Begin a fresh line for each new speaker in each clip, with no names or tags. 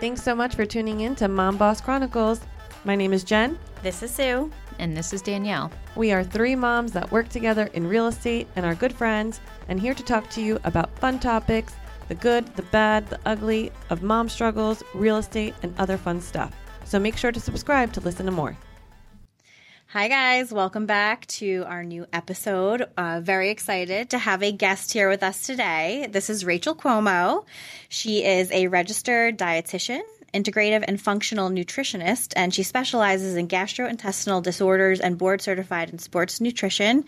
Thanks so much for tuning in to Mom Boss Chronicles. My name is Jen.
This is Sue.
And this is Danielle.
We are three moms that work together in real estate and are good friends, and here to talk to you about fun topics the good, the bad, the ugly of mom struggles, real estate, and other fun stuff. So make sure to subscribe to listen to more.
Hi, guys. Welcome back to our new episode. Uh, very excited to have a guest here with us today. This is Rachel Cuomo. She is a registered dietitian, integrative and functional nutritionist, and she specializes in gastrointestinal disorders and board certified in sports nutrition.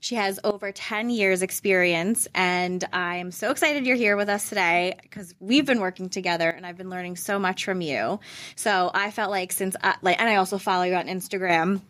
She has over 10 years experience and I'm so excited you're here with us today cuz we've been working together and I've been learning so much from you. So I felt like since I, like and I also follow you on Instagram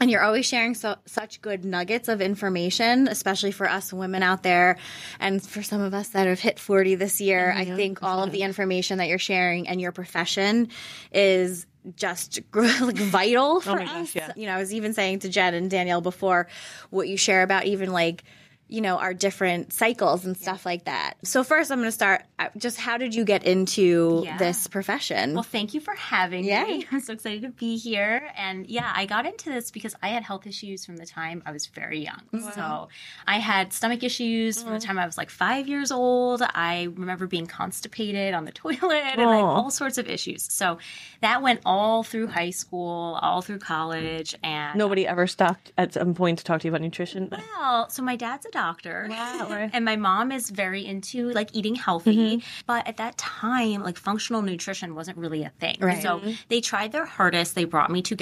and you're always sharing so, such good nuggets of information, especially for us women out there. And for some of us that have hit 40 this year, I think all of the information that you're sharing and your profession is just like vital for
Oh my gosh,
us.
yeah.
You know, I was even saying to Jen and Danielle before what you share about even like, you know, our different cycles and stuff like that. So, first, I'm going to start uh, just how did you get into
Yeah.
this profession?
Well, thank you for having
Yay.
me. I'm so excited to be here. And yeah, I got into this because I had health issues from the time I was very young. So I had stomach issues from the time I was like five years old. I remember being constipated on the toilet and like
Oh.
all sorts of issues. So that went all through high school, all through college, and
Nobody ever stopped at some point to talk to you about nutrition.
Well, so my dad's a doctor.
Wow, right. Mm-hmm.
and my mom is very into like eating healthy. But at that time, like functional nutrition wasn't really a thing.
Right.
So they tried their hardest. They brought me to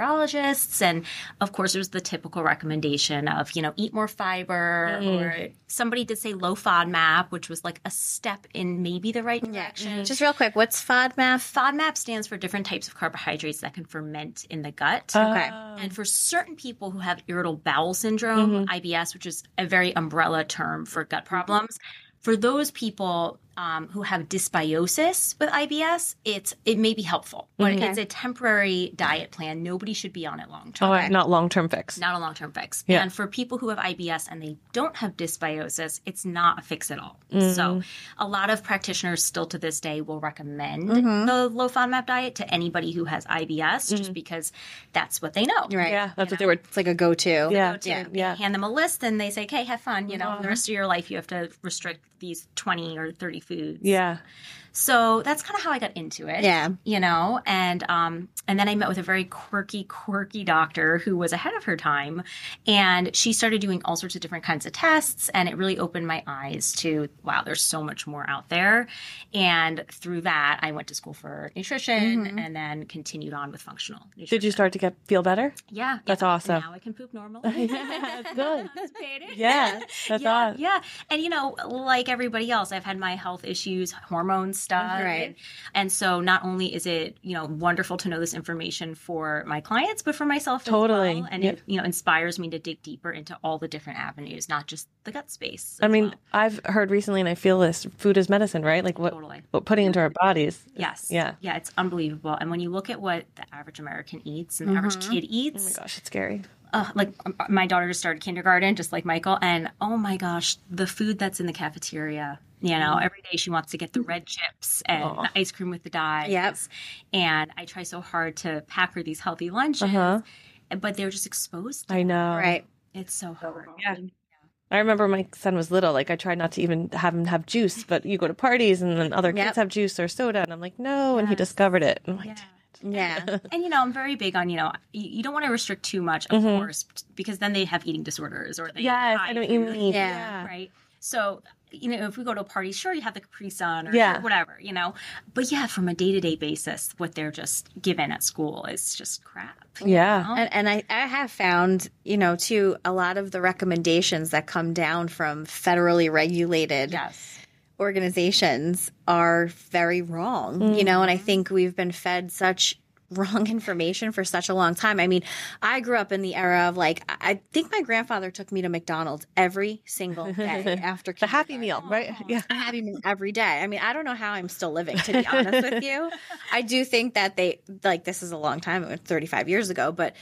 gastroenterologists. And of course, it was the typical recommendation of, you know, eat more fiber. Or
Mm.
somebody did say low FODMAP, which was like a step in maybe the right
mm-hmm.
direction.
just real quick, what's FODMAP?
FODMAP stands for different types of carbohydrates that can ferment in the gut.
Uh, Oh.
Okay.
And for certain people who have irritable bowel syndrome, IBS, which is a very umbrella term for gut problems, for those people um, who have dysbiosis with IBS, it's it may be helpful, but it's a temporary diet plan. Nobody should be on it long term.
Oh, not long term fix.
Not a long term fix.
Yeah.
And for people who have IBS and they don't have dysbiosis, it's not a fix at all. So, a lot of practitioners still to this day will recommend the low FODMAP diet to anybody who has IBS just because that's what they know.
Right.
Yeah, that's what they were.
It's like a go to.
Yeah,
to
Yeah.
yeah. Uh-huh.
hand them a list and they say, okay, have fun. You know, the rest of your life, you have to restrict these 20 or 30 foods.
Yeah.
So that's kind of how I got into it.
Yeah.
You know, and, um, and then I met with a very quirky, quirky doctor who was ahead of her time. And she started doing all sorts of different kinds of tests. And it really opened my eyes to, wow, there's so much more out there. And through that, I went to school for nutrition and then continued on with functional nutrition.
Mm-hmm. Did you start to get feel better?
Yeah.
That's
yeah.
awesome.
Now I can poop normal.
Good.
Constipated.
Yeah, that's
yeah,
awesome.
yeah. And you know, like everybody else, I've had my health issues, hormone stuff.
Right.
And, and so not only is it, you know, wonderful to know this information for my clients, but for myself as
Totally.
well. And
Yeah.
it, you know, inspires me to dig deeper into all the different avenues, not just the gut space.
I
as
mean,
well.
I've heard recently, and I feel this food is medicine, right? Like what,
Totally.
what putting into our bodies. Oh
Yes.
Yeah.
Yeah, it's unbelievable. And when you look at what the average American eats and the average kid eats,
Oh my gosh, it's scary.
uh, like um, my daughter just started kindergarten, just like Michael, and oh my gosh, the food that's in the cafeteria. You know,
Mm-hmm.
every day she wants to get the red chips and the ice cream with the dyes.
Yep.
And I try so hard to pack her these healthy lunches, but they're just exposed. To
Uh-huh. I know.
Right.
It's so hard.
Yeah. I remember my son was little. Like I tried not to even have him have juice, but you go to parties and then other kids
Yep.
have juice or soda, and I'm like, no. And he discovered it. And I'm like,
Yeah.
Yeah.
And you know, I'm very big on you know, you, you don't want to restrict too much, of course, because then they have eating disorders or they
Mm-hmm. yes,
hide
I know what you
food.
mean.
Yeah.
right? So, you know, if we go to a party, sure, you have the Capri Sun or
Yeah.
whatever, you know. But yeah, from a day to day basis, what they're just given at school is just crap.
Yeah.
And, and I, I have found, you know, too, a lot of the recommendations that come down from federally regulated
Yes.
organizations are very wrong, you know, and I think we've been fed such wrong information for such a long time. I mean, I grew up in the era of like I- I think my grandfather took me to McDonald's every single day after
The happy meal, right? Yeah.
a happy meal every day. I mean, I don't know how I'm still living, to be honest with you. I do think that they like this is a long time, it was 35 years ago, but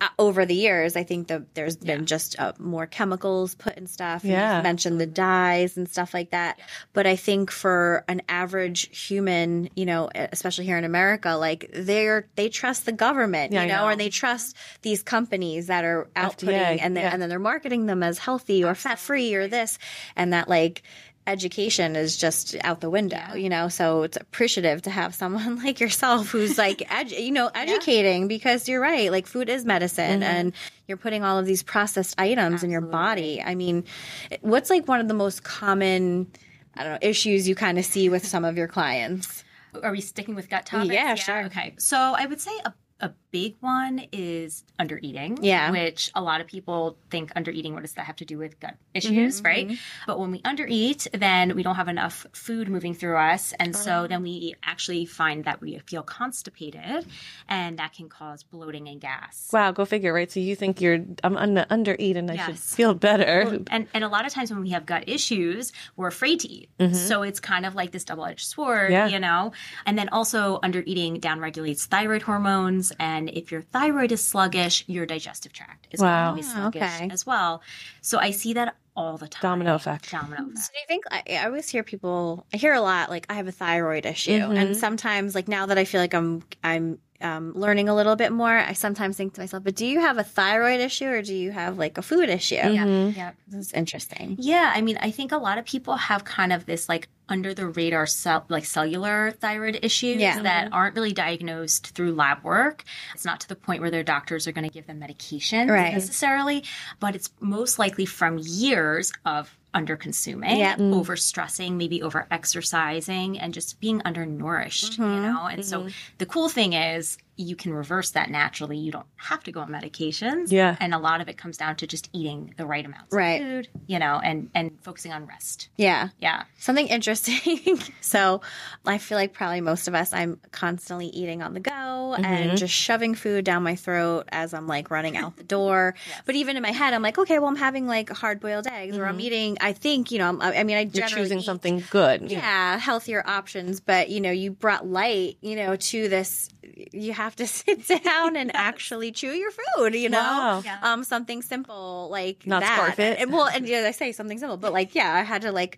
uh, over the years, I think that there's been just uh, more chemicals put in stuff.
Yeah.
You mentioned the dyes and stuff like that. But I think for an average human, you know, e, especially here in America, like they're they trust the government,
Yeah, I
you know,
know.
or they trust these companies that are outputting
FDA,
and they're,
yeah.
and then they're marketing them as healthy or fat free or this and that like education is just out the window you know so it's appreciative to have someone like yourself who's like edu- you know educating because you're right like food is medicine
Mm-hmm.
and you're putting all of these processed items in your body i mean what's like one of the most common i don't know issues you kind of see with some of your clients
Are we sticking with gut topics?
Yeah, sure.
Okay. So I would say a, a big one is under eating.
Yeah.
Which a lot of people think under eating, what does that have to do with gut issues,
Mm-hmm,
right? But when we under eat, then we don't have enough food moving through us. And so then we actually find that we feel constipated and that can cause bloating and gas.
Wow, go figure, right? So you think you're I'm under under eat and I should
Yes.
feel better.
and and a lot of times when we have gut issues, we're afraid to eat. So it's kind of like this double edged sword,
Mm-hmm. Yeah.
you know. And then also under eating downregulates thyroid hormones, and if your thyroid is sluggish, your digestive tract is
Wow.
always sluggish
okay.
as well. So I see that all the time.
Domino effect.
Domino effect.
So do you think I, I always hear people? I hear a lot like I have a thyroid issue,
Mm-hmm.
and sometimes like now that I feel like I'm I'm um, learning a little bit more, I sometimes think to myself, but do you have a thyroid issue or do you have like a food issue?
Yeah.
Mhm.
Yeah.
This is interesting.
Yeah, I mean, I think a lot of people have kind of this like under the radar cell like cellular thyroid issues
Yeah. Mm-hmm.
that aren't really diagnosed through lab work. It's not to the point where their doctors are going to give them medication
Right.
necessarily, but it's most likely from years of under consuming,
Yeah. Mm.
over stressing, maybe over exercising and just being undernourished,
Mm-hmm.
you know. And so the cool thing is you can reverse that naturally. You don't have to go on medications.
Yeah.
And a lot of it comes down to just eating the right amounts
Right.
of food, you know, and and focusing on rest.
Yeah.
Yeah.
Something interesting. so, I feel like probably most of us, I'm constantly eating on the go
Mm-hmm.
and just shoving food down my throat as I'm like running out the door. But even in my head, I'm like, okay, well, I'm having like hard boiled eggs or I'm eating, I think, you know, I'm, I I mean, I
Mm-hmm. You're
generally
choosing
eat-
something good.
yeah, healthier options. But you know, you brought light, you know, to this. You have to sit down and actually chew your food. You know,
Wow.
Yeah.
um, something simple like
Not
that.
scarf it.
And, well, and yeah, I say something simple, but like, yeah, I had to like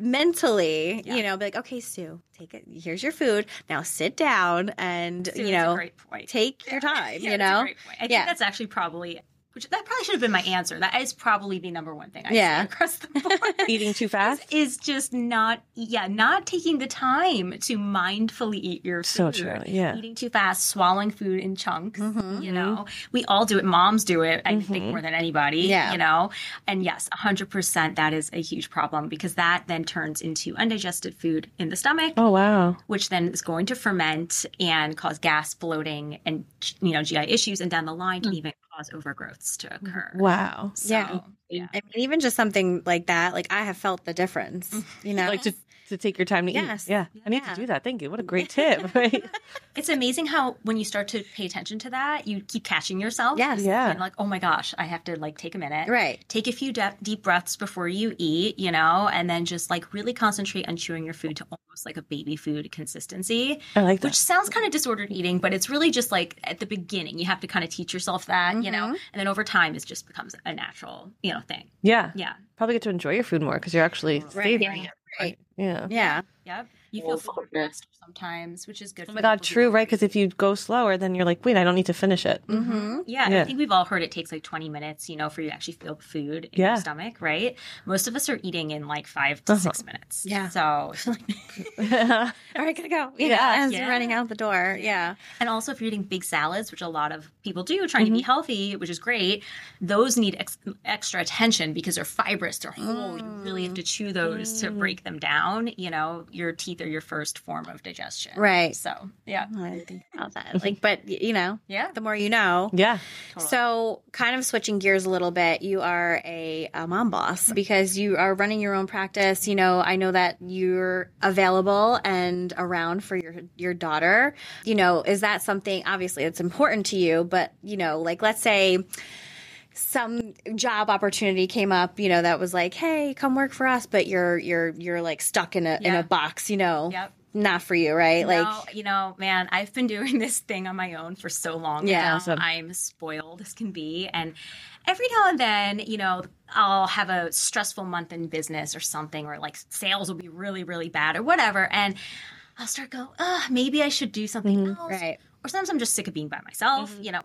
mentally, you know, be like, okay, Sue, take it. Here's your food. Now sit down and you
That's a
know,
great point.
take your time.
Yeah,
you
that's a
know,
great point. I think
Yeah.
that's actually probably which that probably should have been my answer. That is probably the number one thing I
Yeah.
yeah. across the board.
Eating too fast?
Is just not, yeah, not taking the time to mindfully eat your food.
So true, yeah.
Eating too fast, swallowing food in chunks,
Mm-hmm,
you know. We all do it. Moms do it, I think, more than anybody,
Yeah.
you know. And yes, 100% that is a huge problem because that then turns into undigested food in the stomach
Oh wow.
which then is going to ferment and cause gas, bloating, and you know GI issues, and down the line can even cause overgrowths to occur.
Wow.
So,
Yeah.
yeah.
I mean, even just something like that. Like I have felt the difference. You know,
Like to to take your time to
Yes.
eat. Yeah. I need
Yeah.
to do that. Thank you. What a great tip. Right?
It's amazing how when you start to pay attention to that, you keep catching yourself.
Yes.
Yeah.
And like, oh my gosh, I have to like take a minute.
right.
Take a few de- deep breaths before you eat, you know, and then just like really concentrate on chewing your food to almost like a baby food consistency.
I like
which
that.
sounds kind of disordered eating, but it's really just like at the beginning, you have to kind of teach yourself that, you know,
Mm-hmm.
and then over time, it just becomes a natural, you know, thing.
Yeah.
Yeah.
Probably get to enjoy your food more because you're actually savoring
Yeah.
it.
Right.
Yeah.
Yeah.
Yep. You feel full of rest sometimes, which is good.
Oh my god, true, right? Because if you go slower, then you're like, wait, I don't need to finish it.
Mm-hmm.
Yeah,
Yeah.
I think we've all heard it takes like 20 minutes, you know, for you to actually feel food in
Yeah.
your stomach, right? Most of us are eating in like five to
Uh-huh.
six minutes.
Yeah.
So,
all right, gotta go. You
Yeah.
know, as you're
Yeah.
running out the door. Yeah.
and also if you're eating big salads, which a lot of people do, trying to be healthy, which is great, those need ex- extra attention because they're fibrous, they're whole. You really have to chew those to break them down. You know, your teeth are your first form of digestion.
Right.
So, yeah.
Oh, I didn't think about that. Like, but y- you know,
Yeah.
the more you know.
Yeah.
Mm-hmm. So, kind of switching gears a little bit, you are a, a mom boss because you are running your own practice. You know, I know that you're available and around for your your daughter. You know, is that something? Obviously, it's important to you, but you know, like let's say some job opportunity came up, you know, that was like, "Hey, come work for us," but you're you're you're like stuck in a in
Yeah.
a box, you know.
Yep.
not for you, right?
No,
Like,
you know, man, I've been doing this thing on my own for so long.
Yeah.
now.
Awesome.
I'm spoiled as can be, and every now and then, you know, I'll have a stressful month in business or something, or like sales will be really, really bad or whatever, and I'll start going, oh, maybe I should do something else,
Mm-hmm, right. Mm-hmm.
or sometimes I'm just sick of being by myself, you know.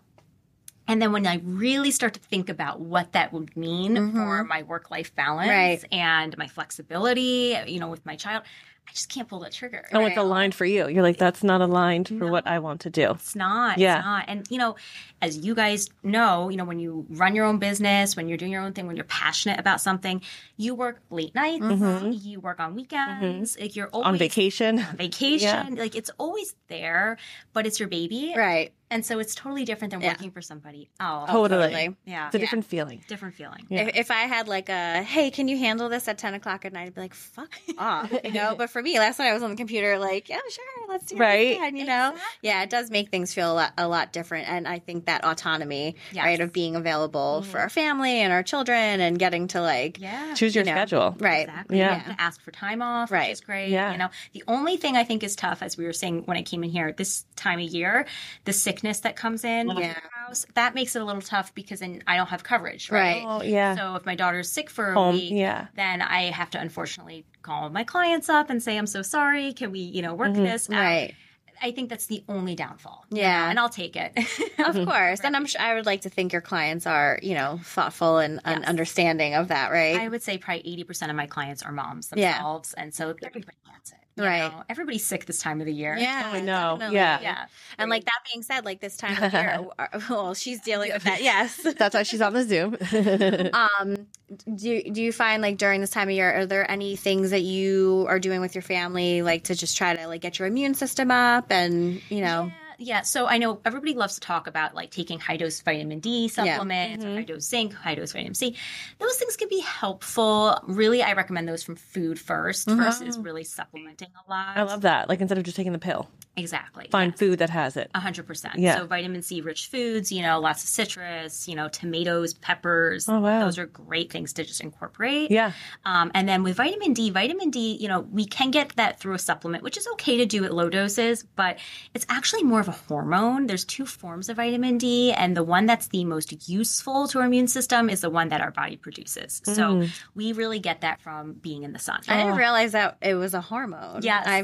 And then when I really start to think about what that would mean for my work life balance
Mm-hmm. Right.
and my flexibility, you know, with my child, I just can't pull the trigger.
Oh,
And what's
Right.
aligned for you? You're like, that's not aligned for what I want to do.
It's not.
Yeah.
It's not. And you know, as you guys know, you know, when you run your own business, when you're doing your own thing, when you're passionate about something, you work late nights, you work on weekends, like you're always
Mm-hmm. On vacation.
on vacation. Like it's always there, but it's your baby.
Right.
And so it's totally different than
Yeah.
working for somebody else.
Totally.
Totally.
Yeah.
It's a
Yeah.
different feeling.
different feeling.
Yeah.
If, if I had like a, hey, can you handle this at 10 o'clock at night? I'd be like, fuck
Ah.
off. You know, but for me, last night I was on the computer, like, yeah, sure, let's do it.
Right.
again," you know? Yeah, it does make things feel a lot, a lot different. And I think that autonomy,
Yes. Mm-hmm.
right, of being available for our family and our children and getting to like,
Yeah.
Choose your
You know.
schedule.
right.
Exactly.
Yeah.
You have to ask for time off,
Right.
which is great.
Yeah.
You know, the only thing I think is tough, as we were saying when I came in here, this time of year, the sickness that comes in with
Yeah.
the house, that makes it a little tough because then I don't have coverage,
Right.
right?
Oh, yeah.
So if my daughter's sick for a
Home.
week,
Yeah.
then I have to unfortunately call my clients up and say, I'm so sorry. Can we, you know, work this out?
Mm-hmm. Right.
I think that's the only downfall.
Yeah. Mm-hmm.
And I'll take it.
Of
Mm-hmm.
course. And I'm sure I would like to think your clients are, you know, thoughtful and, and
Yes.
understanding of that, right?
I would say probably 80% of my clients are moms
Yeah.
themselves. And so everybody gets it. you
Right.
know? Everybody's sick this time of the year.
yeah,
Oh, no.
definitely.
Yeah.
Yeah.
And like that being said, like this time of year, uh, well, she's dealing with that. Yes.
That's why she's on the Zoom.
Um, do do you find like during this time of year, are there any things that you are doing with your family, like to just try to like get your immune system up and you know,
Yeah, yeah. so I know everybody loves to talk about like taking high dose vitamin D supplements, or high dose zinc, high dose vitamin C. Those things can be helpful. Really, I recommend those from food 1st versus really supplementing a lot.
Mm-hmm. I love that. Like, instead of just taking the pill,
exactly.
find food that has it.
A hundred percent.
Yeah.
So vitamin C rich foods, you know, lots of citrus, you know, tomatoes, peppers.
Oh, wow.
Those are great things to just incorporate.
Yeah.
Um, and then with vitamin D, vitamin D, you know, we can get that through a supplement, which is okay to do at low doses, but it's actually more of a hormone. There's two forms of vitamin D, and the one that's the most useful to our immune system is the one that our body produces. So
Mm.
we really get that from being in the sun.
I didn't realize that it was a hormone.
Yes.
I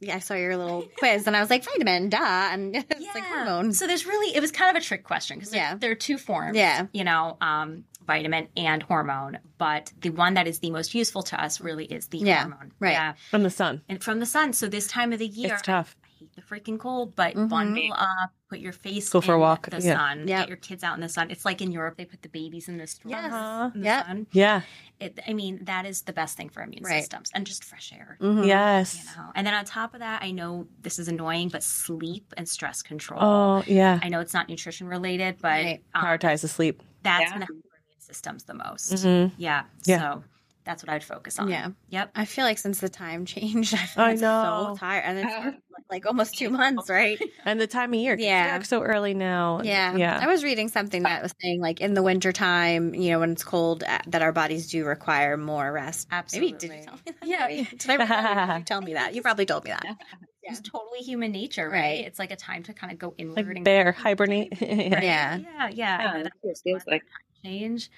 yeah, I saw your little quiz and I was like vitamin, duh, and it's like hormone.
So there's really it was kind of a trick question because
Yeah.
there are two forms.
Yeah.
You know, um, vitamin and hormone, but the one that is the most useful to us really is the
Yeah,
hormone.
right.
Yeah.
From the sun.
And from the sun. So this time of the year,
It's tough.
I hate the freaking cold, but bundle up, put your face
Mm-hmm. Go for a
in
walk,
the
yeah.
sun,
Yeah.
get your kids out in the sun. It's like in Europe, they put the babies in the storm. uh-huh,
Yes.
in the
Yep.
sun.
Yeah.
It, I mean, that is the best thing for immune
Right.
systems and just fresh air.
Mm-hmm.
Yes.
You know? And then on top of that, I know this is annoying, but sleep and stress control.
Oh, yeah.
I know it's not nutrition related, but
Right.
um,
Prioritize the sleep.
that's
Yeah.
going to help our immune systems the most.
Mhm.
Yeah.
Yeah.
So that's what I'd focus on.
Yeah.
Yep.
I feel like since the time changed, I've
I
been
know.
so tired, and it's been, like almost two months, right?
And the time of year. 'cause
Yeah.
it's dark so early now.
Yeah. I
Yeah.
was reading something that was saying like in the wintertime, you know, when it's cold, uh, that our bodies do require more rest. Maybe did you
Absolutely.
tell me that?
Yeah.
Maybe. Did I remember? Did you tell me that? You probably told me that. Yeah.
It's totally human nature, right?
Right.
It's like a time to kind of go inward
Like
and
bear, hibernate. yeah.
Yeah.
Yeah. Yeah. I know
Yeah,
that
that's what it feels like.
change.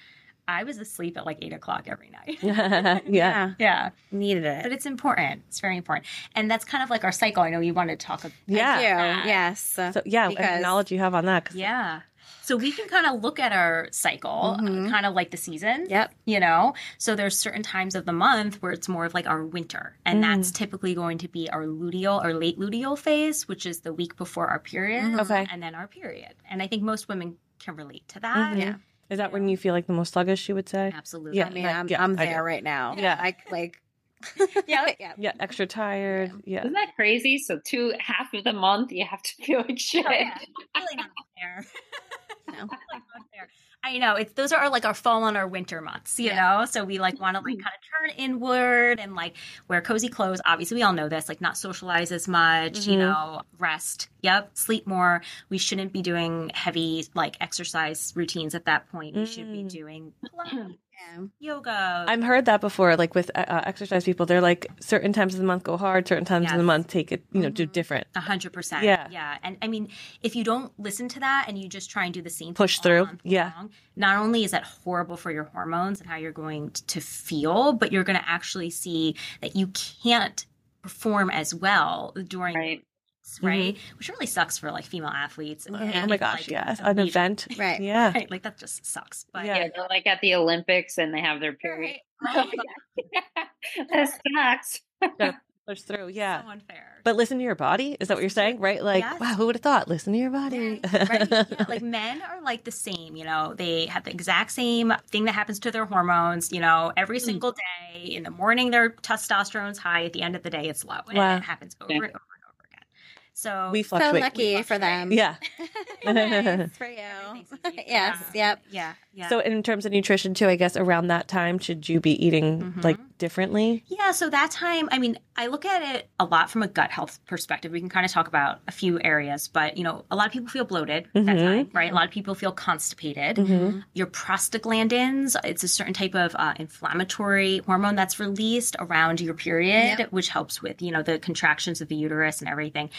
I was asleep at like eight o'clock every night.
yeah.
yeah.
Needed it.
But it's important. It's very important. And that's kind of like our cycle. I know you want to talk about.
Yeah.
Thank you. Yes.
So yeah, and the
Because-
knowledge you have on that. 'cause
Yeah. So we can kind of look at our cycle,
Mm-hmm.
Mhm.
kind of like the seasons.
Yep.
you know so there's certain times of the month where it's more of like our winter and
Mm.
that's typically going to be our luteal or late luteal phase which is the week before our period
Mm-hmm. Okay.
and then our period and i think most women can relate to that
Yeah.
Is that when you feel like the most sluggish? You would say.
absolutely
Mm-hmm. Yeah.
I mean,
Like,
I'm,
yeah,
I'm
I do.
there right now.
Yeah.
I like.
Yeah.
yeah.
Yeah, extra tired. Yeah.
Isn't that crazy? So two half of the month you have to feel like shit.
yeah. really not fair
No.
Really not fair. I know it's those are like our fall and our winter months, you know. So we like want to
Mm-hmm.
like kind of turn inward and like wear cozy clothes. Obviously, we all know this. Like not socialize as much, you
Mm-hmm.
Mhm.
know. Rest, yep. Sleep more. We shouldn't be doing heavy like exercise routines at that point. We should be
Mm.
doing light,
Yeah.
yoga.
I've heard that before, like with uh, exercise people, they're like certain times of the month go hard, certain times of the
Yes.
month take it, you know, do
Mhm.
different.
a hundred percent.
Yeah.
Yeah. And I mean, if you don't listen to that and you just try and do the same thing
Push
all
through.
month
Yeah.
long, not only is that horrible for your hormones and how you're going t- to feel, but you're going to actually see that you can't perform as well during
Right.
events, right? Which really sucks for like female athletes.
Mm-hmm. Oh my gosh, yes, an
event.
event.
Right.
Yeah.
Right? Like that just sucks. But
Yeah.
Yeah, they're like at the Olympics and they have their period.
Right.
that sucks.
Push through. Yeah.
so unfair.
But listen to your body. Is that what you're saying? Right? Like,
Yes.
wow, who would have thought? Listen to your body.
Right, right. Yeah, like men are like the same, you know, they have the exact same thing that happens to their hormones, you know, every single day. In the morning, their testosterone's high. At the end of the day, it's low. And
Wow.
it happens over and over and over again. So,
we
So
fluctuate.
lucky for them.
Yeah.
Nice for you.
everything's easy.
yes.
Yeah.
Yep.
Yeah. Yeah.
So in terms of nutrition too, I guess around that time, should you be eating
Mhm.
like differently?
Yeah, so that time, I mean, I look at it a lot from a gut health perspective. We can kind of talk about a few areas, but you know, a lot of people feel bloated that
Mhm.
time, right? A lot of people feel constipated.
Mhm.
Your prostaglandins, it's a certain type of uh, inflammatory hormone that's released around your period, which helps with, you know, the contractions of the uterus and everything.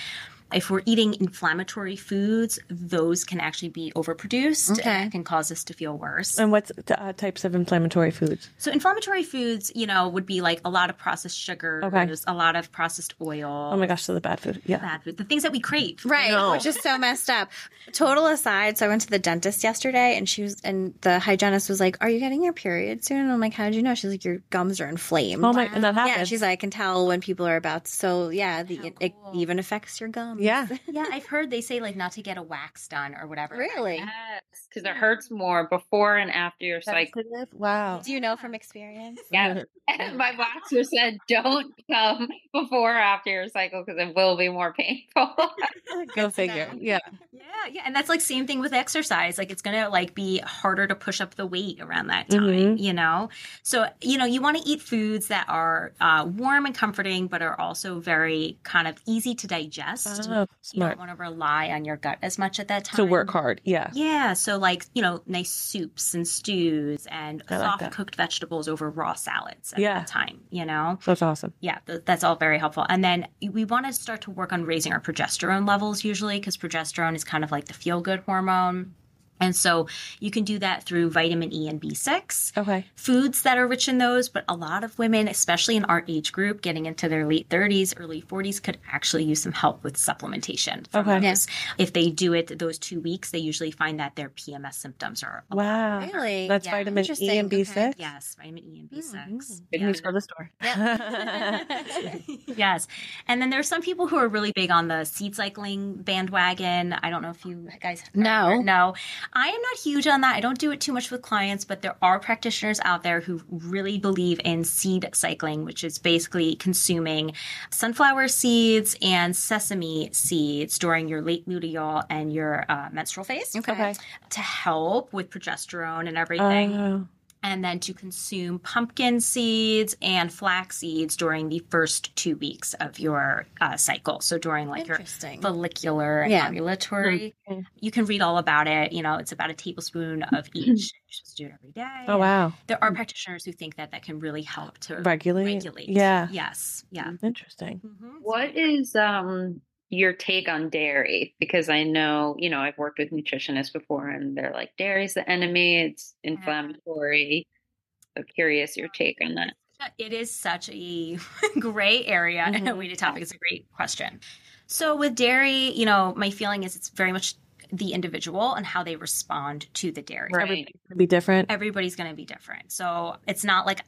If we're eating inflammatory foods, those can actually be overproduced
Okay.
and can cause us to feel worse.
And what's uh, types of inflammatory foods?
So inflammatory foods, you know, would be like a lot of processed sugars,
Okay.
a lot of processed oil,
Oh my gosh, so the bad food. Yeah.
bad food, the things that we crave.
Right,
No.
which is so messed up. Total aside, so I went to the dentist yesterday and she was and the hygienist was like, Are you getting your period soon? And I'm like, How did you know? She's like, Your gums are inflamed.
Oh my, and that
yeah,
happens.
she's like, I can tell when people are about so yeah, the,
How
it, it
cool.
even affects your gums.
yeah.
Yeah, I've heard they say like not to get a wax done or whatever.
Really?
Yes, because it hurts more before and after your cycle.
Sensitive? Wow.
Do you know from experience?
Yeah. And my boxer said, don't come before or after your cycle because it will be more painful.
Go figure.
know.
Yeah.
Yeah, yeah, and that's like same thing with exercise. Like it's gonna like be harder to push up the weight around that time,
Mhm.
you know. So you know you want to eat foods that are uh, warm and comforting, but are also very kind of easy to digest.
Oh,
You don't
smart.
want to rely on your gut as much at that time.
To work hard. Yeah.
Yeah, so like, you know, nice soups and stews and
I like
soft
that.
cooked vegetables over raw salads at
Yeah.
that time, you know?
That's awesome.
Yeah, th- that's all very helpful. And then we want to start to work on raising our progesterone levels usually because progesterone is kind of like the feel good hormone. And so you can do that through vitamin E and B6.
Okay.
Foods that are rich in those, but a lot of women, especially in our age group, getting into their late 30s, early 40s, could actually use some help with supplementation. from
Okay.
those. If they do it those two weeks, they usually find that their PMS symptoms are a lot
Wow.
Really?
That's
Oh, Yeah.
vitamin E
Interesting.
and
Okay.
B6.
Yes, vitamin E and B6.
Mm, Good
Yeah.
news for the store.
yes. And then there are some people who are really big on the seed cycling bandwagon. I don't know if you guys
No.
No. I am not huge on that. I don't do it too much with clients, but there are practitioners out there who really believe in seed cycling, which is basically consuming sunflower seeds and sesame seeds during your late luteal and your uh, menstrual phase
Okay.
okay.
to help with progesterone and everything
Uh-huh.
Oh,
and then to consume pumpkin seeds and flax seeds during the first two weeks of your uh, cycle. So during like your
Interesting.
follicular and
Yeah.
ovulatory,
Mhm.
you can read all about it. You know, it's about a tablespoon of each. You're supposed to do it every day.
oh wow.
There are practitioners who think that that can really help to
Regulate.
regulate.
Yeah. Mm-hmm.
Yes. Yeah.
Interesting.
Mhm.
What is um your take on dairy? Because I know, you know, I've worked with nutritionists before and they're like, dairy's the enemy, it's
Mm-hmm.
inflammatory. So curious your take on that.
It is such a gray area and a
Mhm.
weighted topic. It's a great question. So with dairy, you know, my feeling is it's very much the individual and how they respond to the dairy.
Right.
Everything's gonna be different.
Everybody's going to be different. So it's not like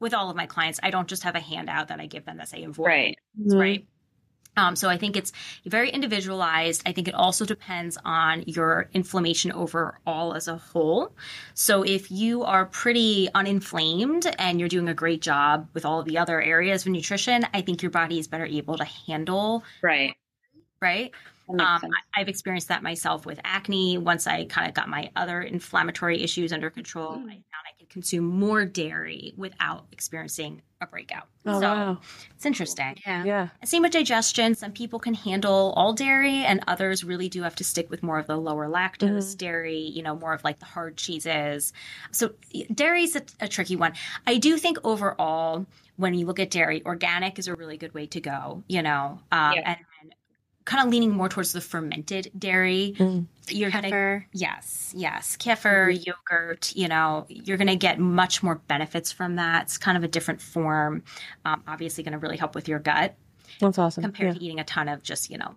with all of my clients, I don't just have a handout that I give them that say avoid
Right.
Mm-hmm.
right? Um, so I think it's very individualized. I think it also depends on your inflammation overall as a whole. So if you are pretty uninflamed and you're doing a great job with all of the other areas of nutrition, I think your body is better able to handle,
Right.
right?
That makes
Um,
sense.
I, I've experienced that myself with acne. Once I kind of got my other inflammatory issues under control,
Mm.
I found I could consume more dairy without experiencing a breakout.
Oh,
so
wow.
it's interesting.
Yeah.
Yeah.
Same with digestion. Some people can handle all dairy, and others really do have to stick with more of the lower lactose dairy, you know, more of like the hard cheeses. So, dairy's a, a tricky one. I do think overall, when you look at dairy, organic is a really good way to go, you know, um,
Yeah.
and, and kind of leaning more towards the fermented dairy.
Mm.
You're going to
Kefir.
Yes, yes. Kefir, yogurt, you know, you're going to get much more benefits from that. It's kind of a different form. Um, obviously, going to really help with your gut
That's
Mm-hmm.
awesome.
compared
yeah.
to eating a ton of just, you know,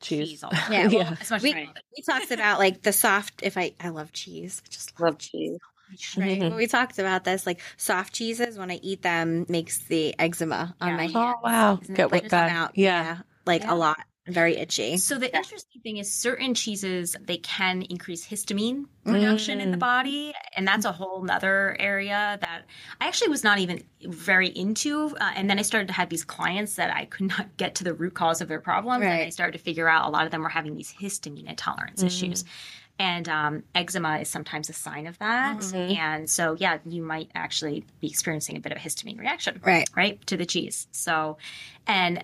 cheese,
cheese. Oh,
all the time.
Yeah, well,
Yeah.
As much
We-
as I-
We talked about like the soft. If I I love cheese, I just love,
Love cheese.
cheese, right?
Mhm.
But we talked about this like soft cheeses. When I eat them, makes the eczema on
Yeah.
my
Oh,
hands
Oh wow.
Isn't it
Get
like
wet
come
back.
out,
Yeah.
like
Yeah.
a lot, very itchy.
So the
Yeah.
interesting thing is certain cheeses they can increase histamine production in the body, and that's a whole nother area that I actually was not even very into. Uh, and then I started to have these clients that I could not get to the root cause of their problems, and I
Right.
started to figure out a lot of them were having these histamine intolerance issues. And um, eczema is sometimes a sign of that. And so, yeah, you might actually be experiencing a bit of a histamine reaction
Right.
right to the cheese so and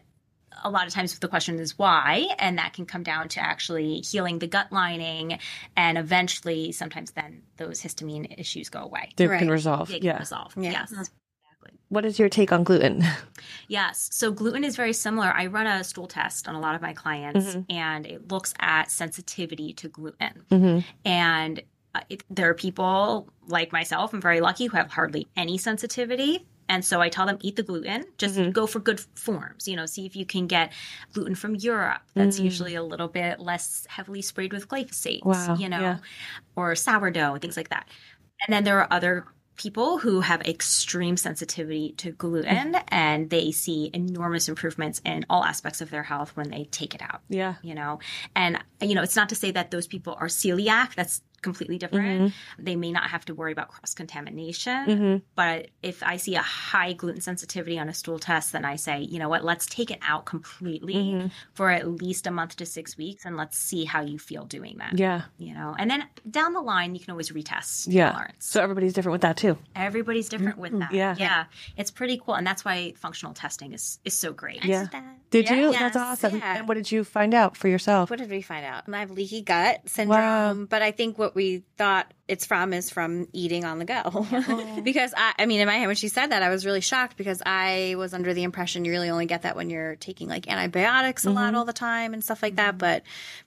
a lot of times the question is why and that can come down to actually healing the gut lining and eventually sometimes then those histamine issues go away
They
Right.
can resolve.
they can
Yeah.
resolve
Yeah.
yes
What is your take on gluten?
Yes. So gluten is very similar. I run a stool test on a lot of my clients, and it looks at sensitivity to gluten.
Mhm.
And uh, it, there are people like myself, I'm very lucky, who have hardly any sensitivity. And so I tell them eat the gluten. Just
Mm-hmm.
go for good forms. You know, see if you can get gluten from Europe.
Mm.
That's usually a little bit less heavily sprayed with glyphosate.
Wow,
You know,
yeah.
or sourdough, things like that. And then there are other people who have extreme sensitivity to
Mm.
gluten and they see enormous improvements in all aspects of their health when they take it out,
yeah.
you know. And you know, it's not to say that those people are celiac, that's completely different.
Mm-hmm.
They may not have to worry about cross contamination, but if I see a high gluten sensitivity on a stool test, then I say, you know what, let's take it out completely
Mm-hmm.
for at least a month to 6 weeks and let's see how you feel doing that
Yeah.
you know and then down the line you can always retest
Yeah.
tolerance
So everybody's different with that too.
everybody's different with that
Yeah.
yeah it's pretty cool and that's why functional testing is is so great
I
Yeah.
did that.
Did
Yeah.
you?
Yes,
That's awesome.
yeah.
And what did you find out for yourself?
What did we find out? I have leaky gut syndrome, but I think what we thought it's from is from eating on the go.
Oh.
because I, I mean, in my head, when she said that, I was really shocked because I was under the impression you really only get that when you're taking like antibiotics a
Mm-hmm.
lot all the time and stuff like that. But,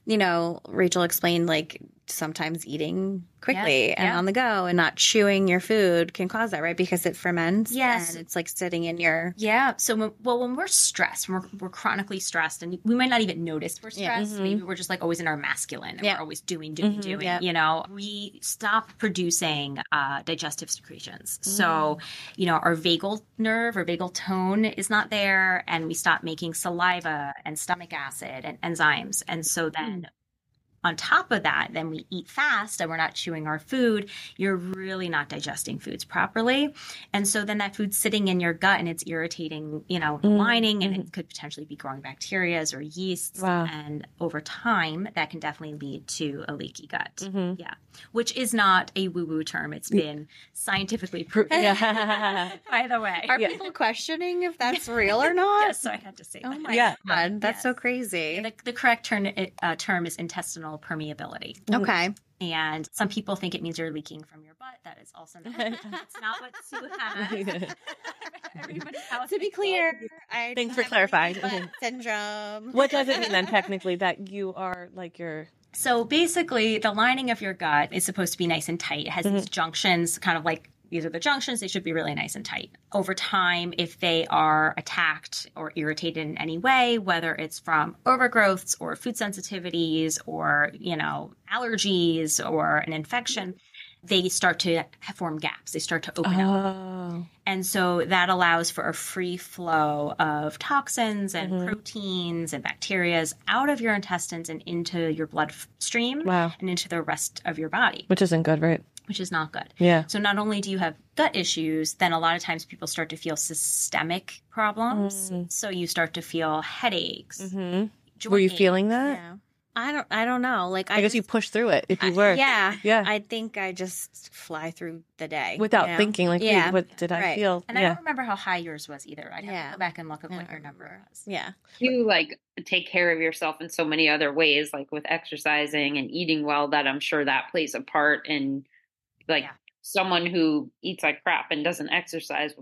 you know, Rachel explained like sometimes eating quickly and
yeah.
on the go and not chewing your food can cause that, right? Because it ferments.
Yes.
And it's like sitting in your.
yeah so when, well when we're stressed when we're, we're chronically stressed and we might not even notice we're stressed
Yeah. Mm-hmm.
maybe we're just like always in our masculine and
Yeah. Mm-hmm.
we're always doing doing
Mhm.
doing
Yep.
you know we stop producing uh, digestive secretions so
Mm.
you know our vagal nerve or vagal tone is not there and we stop making saliva and stomach acid and enzymes and so then on top of that, then we eat fast and we're not chewing our food, you're really not digesting foods properly. And so then that food's sitting in your gut and it's irritating, you know, the
Mm-hmm.
lining and it could potentially be growing bacterias or yeasts.
Wow.
And over time, that can definitely lead to a leaky gut.
Mm.
Mhm.
Yeah. Which is not a woo woo term, it's been scientifically proven,
yeah.
by the way.
Are people questioning if that's real or not?
Yes, so I had to say
Oh
that.
my
Yeah.
God. That's so
Yes.
crazy.
The, the correct term, uh, term is intestinal permeability.
Okay.
And some people think it means you're leaking from your butt. That is also not, that's not what Sue has. Everybody else
To be clear, I
Thanks
don't
for
have
clarifying.
leaky butt Syndrome.
What does it mean then technically that you are like your
So basically, the lining of your gut is supposed to be nice and tight. It has
Mm-hmm.
these junctions, kind of like these are the junctions. They should be really nice and tight. Over time, if they are attacked or irritated in any way, whether it's from overgrowths or food sensitivities or, you know, allergies or an infection,
Mm-hmm.
they start to form gaps. They start to open up.
Oh.
And so that allows for a free flow of toxins and proteins and bacterias out of your intestines and into your bloodstream
Wow.
and into the rest of your body,
Which isn't good, right?
which is not good.
Yeah.
So not only do you have gut issues, then a lot of times people start to feel systemic problems. So you start to feel headaches.
Mm-hmm.
Joint
Were you
aches.
feeling that?
Yeah. I don't. I don't know. Like
I, guess you
just-
push through it if you
I-
were.
yeah.
Yeah.
I think I just fly through the day
Without
you know?
thinking, like, wait,
Yeah.
what did I
Right.
feel?
And I
yeah.
don't remember how high yours was either. I'd have
Yeah.
to go back and look at
I
what
don't
your number was.
Yeah.
you like take care of yourself in so many other ways like with exercising and eating well that i'm sure that plays a part in like
Yeah.
someone who eats like crap and doesn't exercise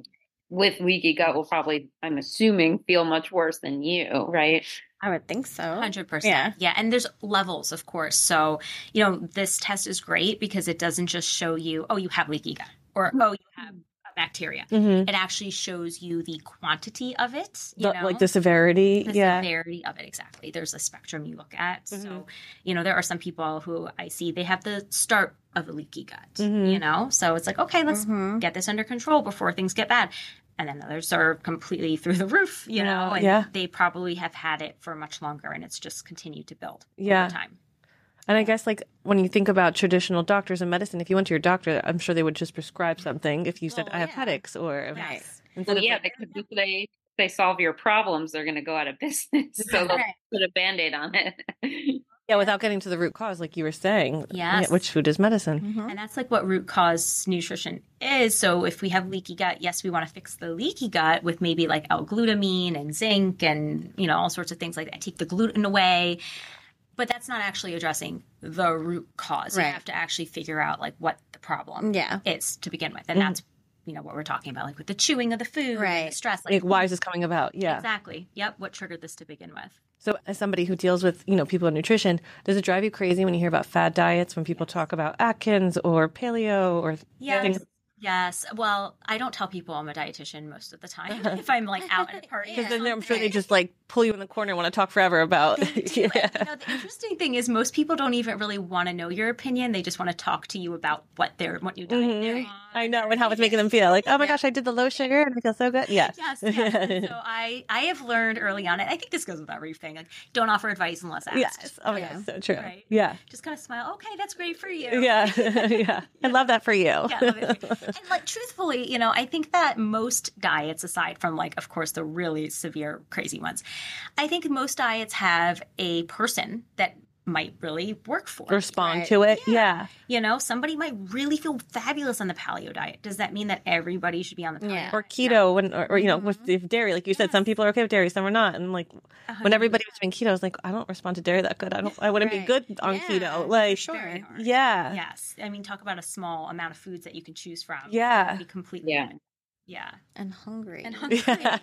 with leaky gut will probably i'm assuming feel much worse than you right
I would think so.
Oh,
Hundred
Yeah.
percent. Yeah, and there's levels, of course. So you know, this test is great because it doesn't just show you, oh, you have leaky gut, or oh, you have a bacteria.
Mhm.
It actually shows you the quantity of it. You
The-
know?
like the severity.
the
yeah.
severity of it exactly there's a spectrum you look at
Mhm.
so you know there are some people who i see they have the start of a leaky gut
Mhm.
you know so it's like okay let's
Mm-hmm.
Mhm.
get this under control before things get bad and then others are completely through the roof you know and
Yeah.
they probably have had it for much longer and it's just continued to build
Yeah. Mm-hmm.
over time
And I guess like when you think about traditional doctors and medicine, if you went to your doctor, I'm sure they would just prescribe something if you said
Well,
I have
yeah.
headaches or
Right.
instead
well,
of
yeah
like-
because if they if they solve your problems they're going to go out of business so they'll
Right.
put a band-aid on it
yeah, without getting to the root cause like you were saying. Yeah,
Yes.
Which food is medicine?
Mhm.
And that's like what root cause nutrition is. So if we have leaky gut, yes, we want to fix the leaky gut with maybe like L-glutamine and zinc and you know all sorts of things like that. Take the gluten away. But that's not actually addressing the root cause.
Right.
You have to actually figure out like what the problem
Mm-hmm. Yeah.
is to begin with.
Mm-hmm.
And that's you know what we're talking about, like with the chewing of the food, and
Right.
the stress,
Like why is this coming about? Yeah.
exactly. Yep, what triggered this to begin with.
So as somebody who deals with, you know, people in nutrition, does it drive you crazy when you hear about fad diets when people talk about Atkins or paleo or
Yes.
things
Yes. Well, I don't tell people I'm a dietitian most of the time if I'm like out at a party.
Yeah.
or
Uh-huh. then I'm sure they
something.
just like pull you in the corner and want to talk forever about
do. And, you know, the interesting thing is most people don't even really want to know your opinion. They just want to talk to you about what they're what you diet they're
Mhm.
on.
I know, and how it's making them feel. Like, oh my gosh, I did the low sugar and I feel so good. Yeah.
Yes, yes. And So I I have learned early on, and I think this goes with everything. Like, don't offer advice unless asked.
Yes. Oh my
Yeah.
gosh, so true.
Right.
Yeah.
Just kind of smile. Okay, that's great for you.
Yeah. yeah. I love that for you.
Yeah, love it. and like truthfully, you know, I think that most diets, aside from like, of course, the really severe, crazy ones, I think most diets have a person that might really work for. it.
Respond
Right.
to it. Yeah.
You know, somebody might really feel fabulous on the paleo diet. Does that mean that everybody should be on the paleo?
Yeah.
Or keto when or, or you know, with if dairy, like you said, some people are okay with dairy, some are not. And like when everybody was doing keto, I was like, I don't respond to dairy that good. I don't I wouldn't be
Right.
good on
Yeah, for
keto. Like
sure.
Yeah.
Yes. I mean, talk about a small amount of foods that you can choose from.
Yeah.
Be completely.
Yeah.
Yeah.
And hungry.
And hungry.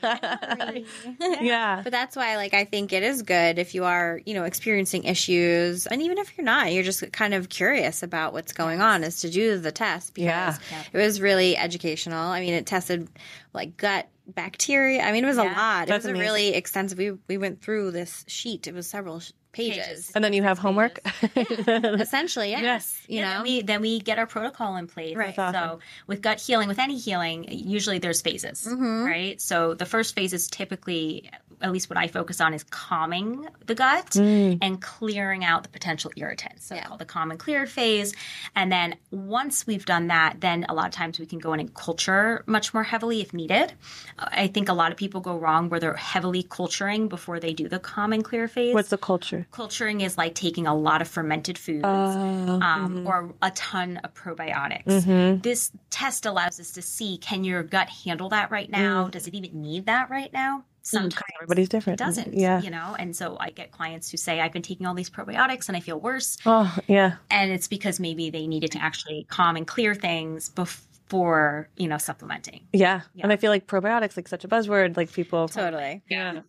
Yeah.
Yeah.
Yeah.
But that's why, like, I think it is good if you are, you know, experiencing issues, and even if you're not, you're just kind of curious about what's going on, is to do the test because
Yeah.
Yep.
it was really educational. I mean, it tested like gut bacteria. I mean, it was a
Yeah.
lot.
That's
it was a really extensive. We we went through this sheet. It was several sh- pages.
Pages.
And then you have homework.
Essentially, yes.
Yes.
You
yeah,
know,
then we then we get our protocol in place.
Right.
That's awesome.
So with gut healing, with any healing, usually there's phases,
Mhm.
right? So the first phase is typically, at least what I focus on, is calming the gut
Mm.
and clearing out the potential irritants.
Mm-hmm.
So
Yeah.
it's called the calm and clear phase. And then once we've done that, then a lot of times we can go in and culture much more heavily if needed. Uh, I think a lot of people go wrong where they're heavily culturing before they do the calm and clear phase.
What's the culture?
culturing is like taking a lot of fermented foods
Oh.
um, or a ton of probiotics.
Mhm.
This test allows us to see can your gut handle that right
Mm-hmm.
now? Does it even need that right now? Sometimes
Everybody's
it
different.
doesn't,
Mm-hmm. Yeah.
you know? And so I get clients who say, I've been taking all these probiotics and I feel worse.
Oh, yeah.
And it's because maybe they needed to actually calm and clear things before, you know, supplementing.
Yeah.
Yeah.
And I feel like probiotics like such a buzzword like people
totally.
Yeah.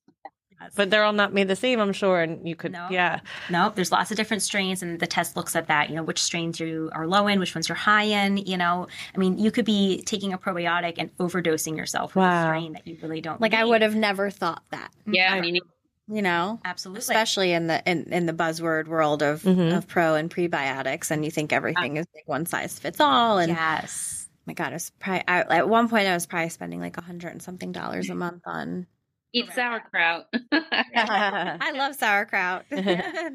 Yes.
But they're all not made the same, I'm sure, and you could
No.
yeah.
No, there's lots of different strains, and the test looks at that. You know, which strains you are low in, which ones you're high in. You know, I mean, you could be taking a probiotic and overdosing yourself with
Wow.
a strain that you really don't
Like I
need. Mm-hmm.
would have never thought that.
Mm-hmm.
yeah you need
You know,
Absolutely.
especially in the in, in the buzzword world of
Mhm.
of pro and prebiotics, and you think everything is like one size fits all. And oh
yes.
my God, it was probably I, at one point I was probably spending like a hundred and something dollars a month on
Eat sauerkraut.
I love sauerkraut.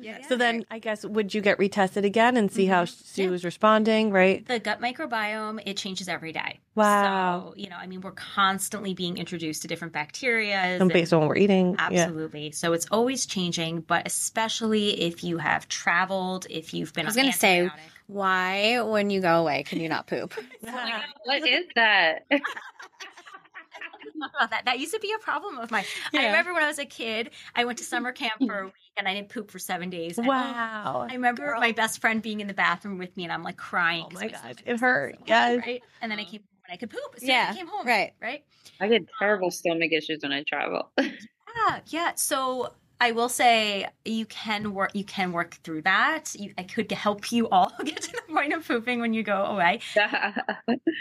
Yeah.
So then, I guess, would you get retested again and see how she
Yeah.
was responding, right?
the gut microbiome it changes every day.
Wow.
So, you know, I mean, we're constantly being introduced to different bacteria.
And based on what we're eating. Yeah.
Absolutely. So it's always changing, but especially if you have traveled, if you've been.
I was
on
gonna say-
antibiotic.
Why, when you go away, can you not poop?
what is that?
about Oh, that. That used to be a problem of mine. I
Yeah.
remember when I was a kid, I went to summer camp for a week and I didn't poop for seven days. And
Mm-hmm. Wow.
I remember my best friend being in the bathroom with me and I'm like crying.
Oh
'cause
my
stomach
God. It
was
hurt.
so
Yeah.
hard, Right? And then I came home and I could poop. As soon
Yeah,
As I came home.
right.
Right.
I get terrible stomach issues when I travel.
Oh
Yeah, yeah. So I will say you can work. You can work through that. You, I could help you all get to the point of pooping when you go away. I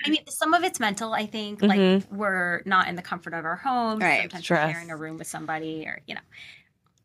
mean, some of it's mental. I think like we're not in the comfort of our home.
Right.
Sometimes
Mm-hmm. Stress.
we're sharing a room with somebody, or you know,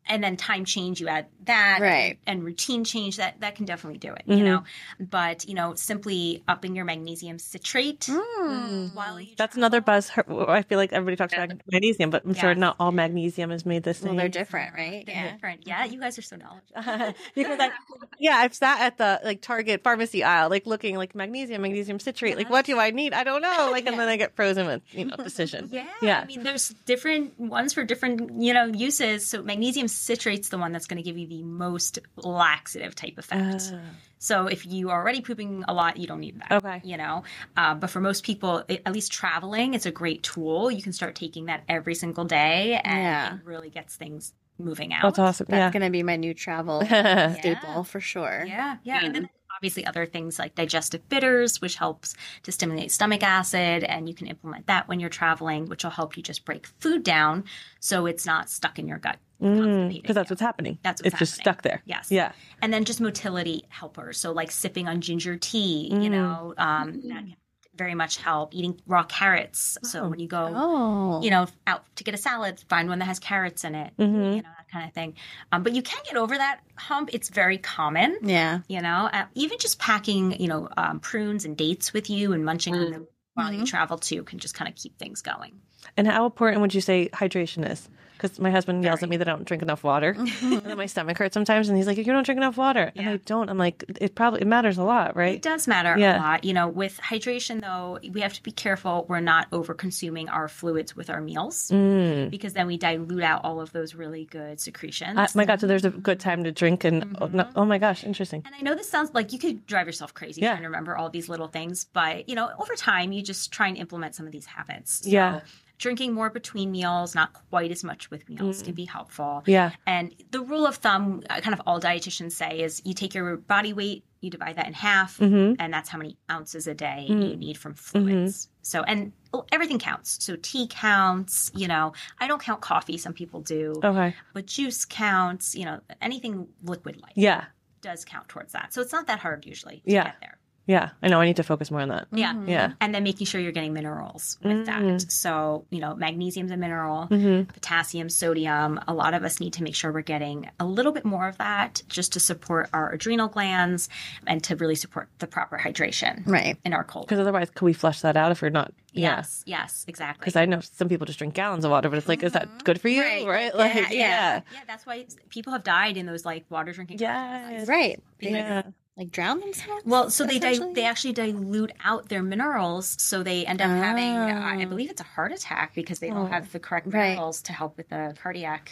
and then time change. You add that,
Right.
And routine change that that can definitely do it. You
Mhm.
know, but you know, simply upping your magnesium citrate
Hmm.
while you.
Mm. That's another buzz. her- I feel like everybody talks about magnesium, but I'm sure
Yes.
not all magnesium is made the same.
Well, they're different, right?
They're
Yeah. Mm-hmm.
different. Yeah, you guys are so knowledgeable.
because I, yeah, I've sat at the like Target pharmacy aisle, like looking like magnesium, magnesium citrate.
Uh-huh.
Like, what do I need? I don't know. Like, and then I get frozen with you know decision.
Yeah,
Yeah.
I mean, there's different ones for different, you know, uses. So magnesium citrate's the one that's going to give you the most laxative type
Uh,
effect. so if you are already pooping a lot, you don't need that.
Okay.
You know, uh, but for most people, i- at least traveling, it's a great tool. You can start taking that every single day, and
Yeah.
it really gets things moving out.
That's awesome.
That's gonna be my new travel
yeah.
staple for sure.
Yeah, yeah. And then obviously other things like digestive bitters, which helps to stimulate stomach acid, and you can implement that when you're traveling, which will help you just break food down so it's not stuck in your gut.
Because
constipating
Mm, that's
you.
what's happening.
That's what's
it's just
happening.
stuck there.
Yes.
Yeah.
And then just motility helpers. So like sipping on ginger tea,
Mm.
you know, um, that can very much help. Eating raw carrots. So when you go
Oh,
you know, out to get a salad, find one that has carrots in it,
Mm-hmm.
you know, that kind of thing. Um, but you can get over that hump. It's very common
yeah.
you know uh, even just packing you know um, prunes and dates with you and munching on
Mm.
them while
Mm-hmm.
you travel too can just kind of keep things going
And how important would you say hydration is? Because my husband yells at me that I don't drink enough water, and then my stomach hurts sometimes, and he's like, "You don't drink enough water," and
Yeah.
I don't. I'm like, it probably it matters a lot,
it
right?
does matter
Yeah.
a lot you know with hydration though we have to be careful we're not over consuming our fluids with our meals
Mm.
because then we dilute out all of those really good secretions
I, my God, so there's a good time to drink, and oh, no, oh my gosh, interesting.
And I know this sounds like you could drive yourself crazy
Yeah.
trying to remember all these little things, but you know, over time, you just try and implement some of these habits. So
Yeah.
Drinking more between meals, not quite as much with meals,
Mm.
can be helpful.
Yeah.
And the rule of thumb, uh, kind of all dietitians say, is you take your body weight, you divide that in half,
Mm. mm-hmm.
and that's how many ounces a day you need from fluids. So, and well, everything counts. So, tea counts, you know, I don't count coffee, some people do,
Okay.
but juice counts, you know, anything liquid like
Yeah.
does count towards that. So it's not that hard usually to
Yeah.
get there.
Yeah. I know. I need to focus more on that.
Yeah.
Mm-hmm.
Yeah.
And then making sure you're getting minerals with
Mm.
that. So, you know, magnesium's a mineral,
Mm-hmm.
potassium, sodium. A lot of us need to make sure we're getting a little bit more of that just to support our adrenal glands and to really support the proper hydration
Right.
in our colon.
Because otherwise, could we flush that out if we're not? Yeah.
Yes, yes, exactly.
Because I know some people just drink gallons of water, but it's like, is that good for you?
Right.
Mm-hmm. Right.
Yeah,
Like, yeah.
yeah.
yeah, that's why people have died in those like water drinking.
Yes.
Right. They,
Yeah.
Like drown themselves.
Well, so they di-
essentially?
they actually dilute out their minerals, so they end up having, uh,
Oh.
I believe it's a heart attack because they don't have the correct
Right.
minerals to help with the cardiac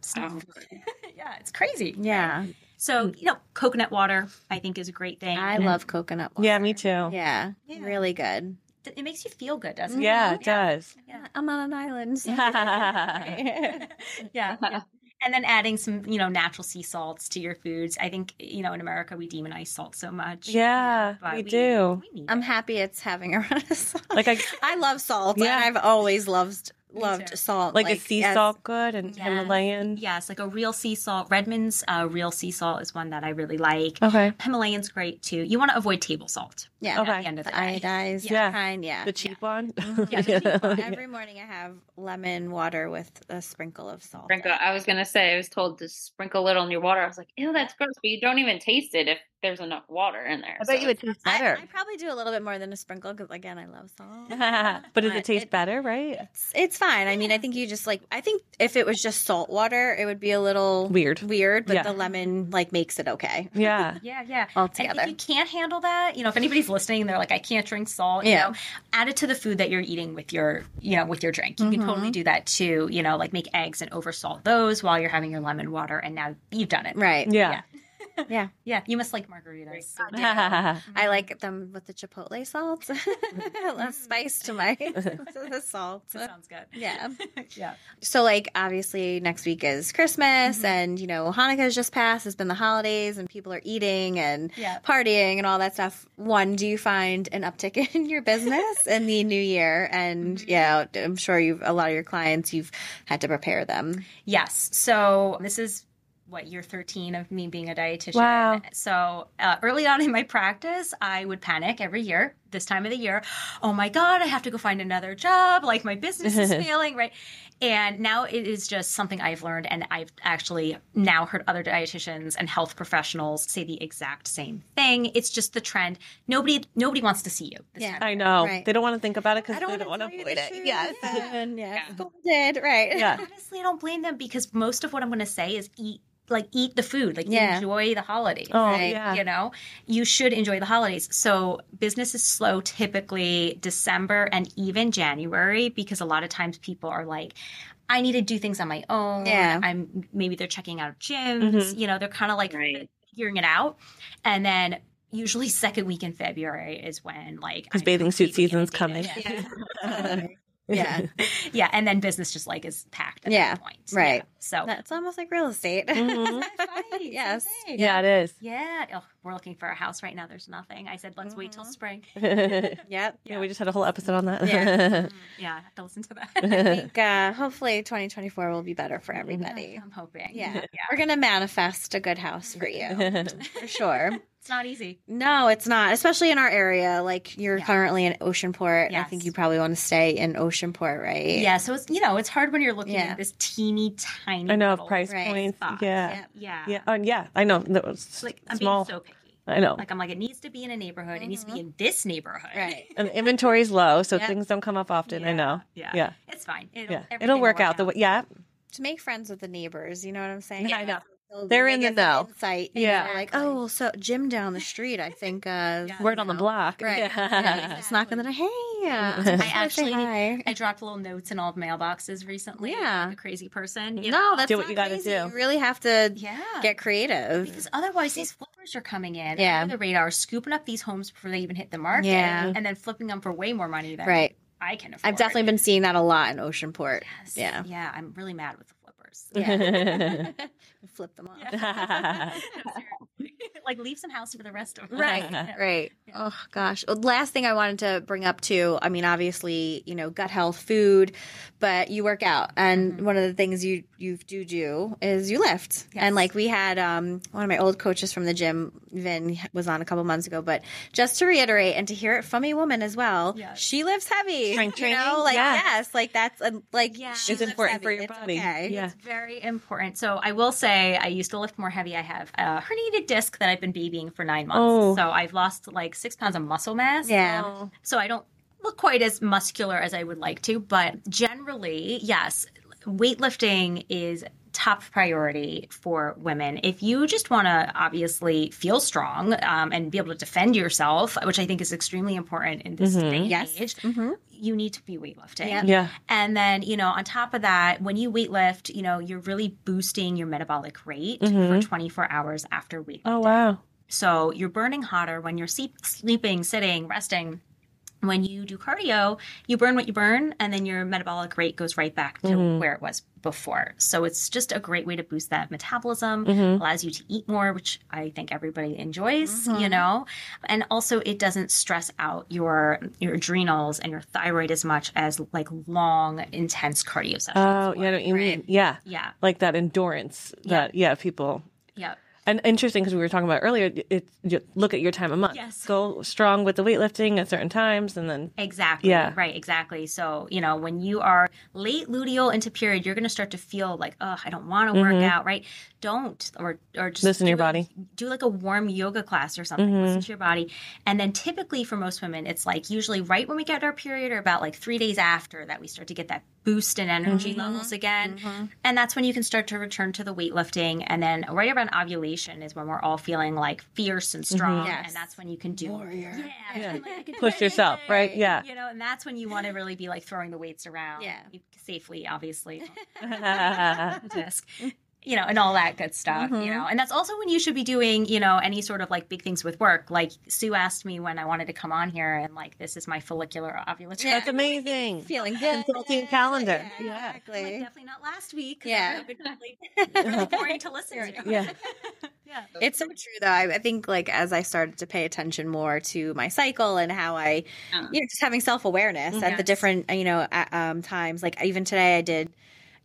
stuff.
Oh.
yeah, it's crazy.
Yeah,
Hmm.
So you know, coconut water I think is a great thing.
I love coconut. Water.
Yeah. Me too. Yeah. Mm-hmm.
Yeah,
Yeah.
really good.
It it makes you feel good, doesn't it?
it does.
I'm on an island. so-
yeah. yeah. And then adding some, you know, natural sea salts to your foods. I think, you know, in America we demonize salt so much.
yeah.
but
We do.
we need
I'm
it.
happy it's having a renaissance.
Like I
I love salt.
Yeah.
and I've always loved
too.
loved salt.
like, a sea
yes.
salt good and
Yes.
Himalayan.
Yes, like a real sea salt. Redmond's uh, real sea salt is one that I really like.
Okay.
Himalayan's great too. You want to avoid table salt
Yeah,
Okay.
at the end of
the
the day.
iodized
Yeah.
kind. Yeah,
The cheap one.
Yeah, the cheap one.
Every morning I have lemon water with a sprinkle of salt. in
Sprinkle. I was gonna say I was told to sprinkle a little in your water. I was like, ew, that's gross, but you don't even taste it if there's enough water in there.
I bet
so
you it tastes
I,
better.
I probably do a little bit more than a sprinkle because again, I love salt.
but does it
But
taste
it-
better, right?
It's, it's fine. I mean, I think you just like I think if it was just salt water, it would be a little
Weird.
Weird, but
Yeah.
the lemon like makes it okay
Yeah.
Yeah, yeah. And
altogether.
if you can't handle that, you know, if anybody's listening and they're like, I can't drink salt, you
Yeah.
know, add it to the food that you're eating with your, you know, with your drink. You can totally do that too. You know, like make eggs and oversalt those while you're having your lemon water, and now you've done it.
Right.
Yeah.
Yeah.
Yeah, you must like margaritas.
I like them with the chipotle salt. Less spice to my to the salt.
That sounds good.
Yeah.
yeah.
So like obviously next week is Christmas and you know Hanukkah's just passed. It's been the holidays and people are eating and
Yeah.
partying and all that stuff. One, do you find an uptick in your business in the new year? And yeah, I'm sure you've a lot of your clients you've had to prepare them.
Yes. So this is what year 13 of me being a dietitian.
Wow.
So uh, early on in my practice, I would panic every year, this time of the year. Oh my God, I have to go find another job. Like my business is failing, right? And now it is just something I've learned. And I've actually now heard other dietitians and health professionals say the exact same thing. It's just the trend. Nobody, nobody wants to see you. this
Yeah.
time.
I know.
Right.
They don't want to think about it because
I don't
they don't want to
wanna tell you
avoid
the
it.
truth.
Yes.
And yeah,
Yeah.
scolded, right.
Yeah.
Honestly, I don't blame them because most of what I'm going to say is eat, like eat the food, like
Yeah.
enjoy the holidays.
Oh,
Right.
yeah.
You know, you should enjoy the holidays. So business is slow typically December and even January because a lot of times people are like, I need to do things on my own.
Yeah.
I'm maybe they're checking out gyms.
Mm-hmm.
You know, they're kind of like
Right.
figuring it out, and then. Usually, second week in February is when like
Because
I'm
bathing suit
completely
season's
inundated.
coming.
Yeah.
yeah.
Yeah, and then business just like is packed at
Yeah,
that point.
right.
Yeah, So
That's almost like real estate.
Mm-hmm.
Mhm.
Yes.
Yeah, it is.
Yeah. Oh, we're looking for a house right now. There's nothing. I said, let's wait
Mm-hmm.
till spring.
yeah,
Yep.
we just had a whole episode on that.
Yeah.
Mm, Yeah, I have to listen to that.
I think uh, hopefully 2024 will be better for everybody.
I'm hoping.
Yeah.
Yeah.
We're going to manifest a good house for you for sure.
It's not easy.
No, it's not, especially in our area. Like you're
Yeah.
currently in Oceanport. and I
Yes.
think you probably want to stay in Oceanport, right?
Yeah. So it's, you know, it's hard when you're looking
Yeah.
at this teeny tiny.
I know
little-
price
Right.
points.
Spot.
Yeah.
Yeah.
yeah, Oh, and yeah, I know. That was
It's like, I'm
small.
being so picky.
I know.
Like, I'm like, it needs to be in a neighborhood. It needs to be in this neighborhood.
Mm-hmm. Right.
and the inventory's low, so
Yeah.
things don't come up often. I
Yeah,
know.
Yeah.
yeah,
It's fine. It'll,
yeah.
everything
It'll
will
work out the way. Yeah,
To make friends with the neighbors. You know what I'm saying?
I know.
So
They're
they
in
get
the
some
know.
Insight.
Yeah.
Yeah. Like, oh, well, so Jim down the street, I think. Uh,
Yeah.
word on the block.
Right.
Yeah.
It's not going to, hey. Uh,
I actually,
hi.
I dropped little notes in all the mailboxes recently.
Yeah.
Like a crazy person. you know?
No, that's
Do what
not
you gotta
crazy.
do.
You really have to
Yeah.
get creative.
Because otherwise, these flippers are coming in
Yeah.
under the radar, scooping up these homes before they even hit the market,
Yeah.
and then flipping them for way more money than
Right.
I can afford.
I've definitely been seeing that a lot in Oceanport.
Yes.
Yeah.
yeah. I'm really mad with the flippers.
Yeah. Flip them off.
Yeah. Seriously. like leave some house for the rest of us.
Right, right. Oh gosh. Well, last thing I wanted to bring up too. I mean, obviously, you know, gut health, food, but you work out, and one of the things you you do do is you lift. And like we had um, one of my old coaches from the gym, Vin, was on a couple months ago. But just to reiterate and to hear it from a woman as well,
Yes.
she lifts heavy.
Strength
you know?
training?
like
Yeah.
yes, like that's a, like
Yeah.
she
It's
lifts
important for
heavy.
your
It's
body.
okay.
Yeah.
It's very important. So I will say I used to lift more heavy. I have a herniated disc that I've been babying for nine months.
Oh.
So I've lost like six pounds of muscle mass.
Yeah.
So I don't look quite as muscular as I would like to, but generally, yes, weightlifting is top priority for women. If you just want to obviously feel strong um, and be able to defend yourself, which I think is extremely important in this day and
Yes.
age,
Mm-hmm.
you need to be weightlifting.
Yep.
Yeah.
And then, you know, on top of that, when you weightlift, you know, you're really boosting your metabolic rate for 24 hours after weightlifting.
Oh wow.
So you're burning hotter when you're sleep- sleeping, sitting, resting. When you do cardio, you burn what you burn, and then your metabolic rate goes right back to where it was before. So it's just a great way to boost that metabolism,
Mm-hmm.
allows you to eat more, which I think everybody enjoys, you know. And also it doesn't stress out your your adrenals and your thyroid as much as like long, intense cardio sessions.
Oh yeah. I know what you mean. Yeah.
yeah.
Like that endurance. That yeah. People.
Yeah.
And interesting because we were talking about earlier, it, you look at your time a month.
Yes.
Go strong with the weightlifting at certain times, and then
Exactly.
Yeah.
Right. Exactly. So, you know, when you are late luteal into period, you're going to start to feel like, oh, I don't want to work
Mhm.
out. Right. Don't or or just
listen to your
do a-
body.
do like a warm yoga class or something.
Mhm.
Listen to your body. And then typically for most women, it's like usually right when we get our period or about like three days after that we start to get that boost in energy
Mm-hmm.
Mhm.
levels again. And that's when you can start to return to the weightlifting. And then right around ovulation is when we're all feeling like fierce and strong.
Yes.
And that's when you can do
Warrior.
Yeah.
Mm-hmm. Yeah.
I can, like, I can do
Push yourself,
anything.
right? Yeah.
You know, and that's when you want to really be like throwing the weights around.
Yeah.
Safely, obviously. disc, you know, and all that good stuff,
Mhm.
Mm-hmm.
you know. And that's also when you should be doing, you know, any sort of like big things with work. Like Sue asked me when I wanted to come on here and like this is my follicular ovulatory.
Yeah.
That's amazing.
Feeling good.
Consulting calendar.
Yeah,
Yeah.
I'm like,
Exactly.
definitely not last week. 'cause
Yeah.
I've been really, really boring to listen to.
Yeah.
yeah.
It's so true, though. I, I think, like, as I started to pay attention more to my cycle and how I,
Yeah.
you know, just having self awareness at the
Yes.
different, you know, at, um, times. Like, even today, I did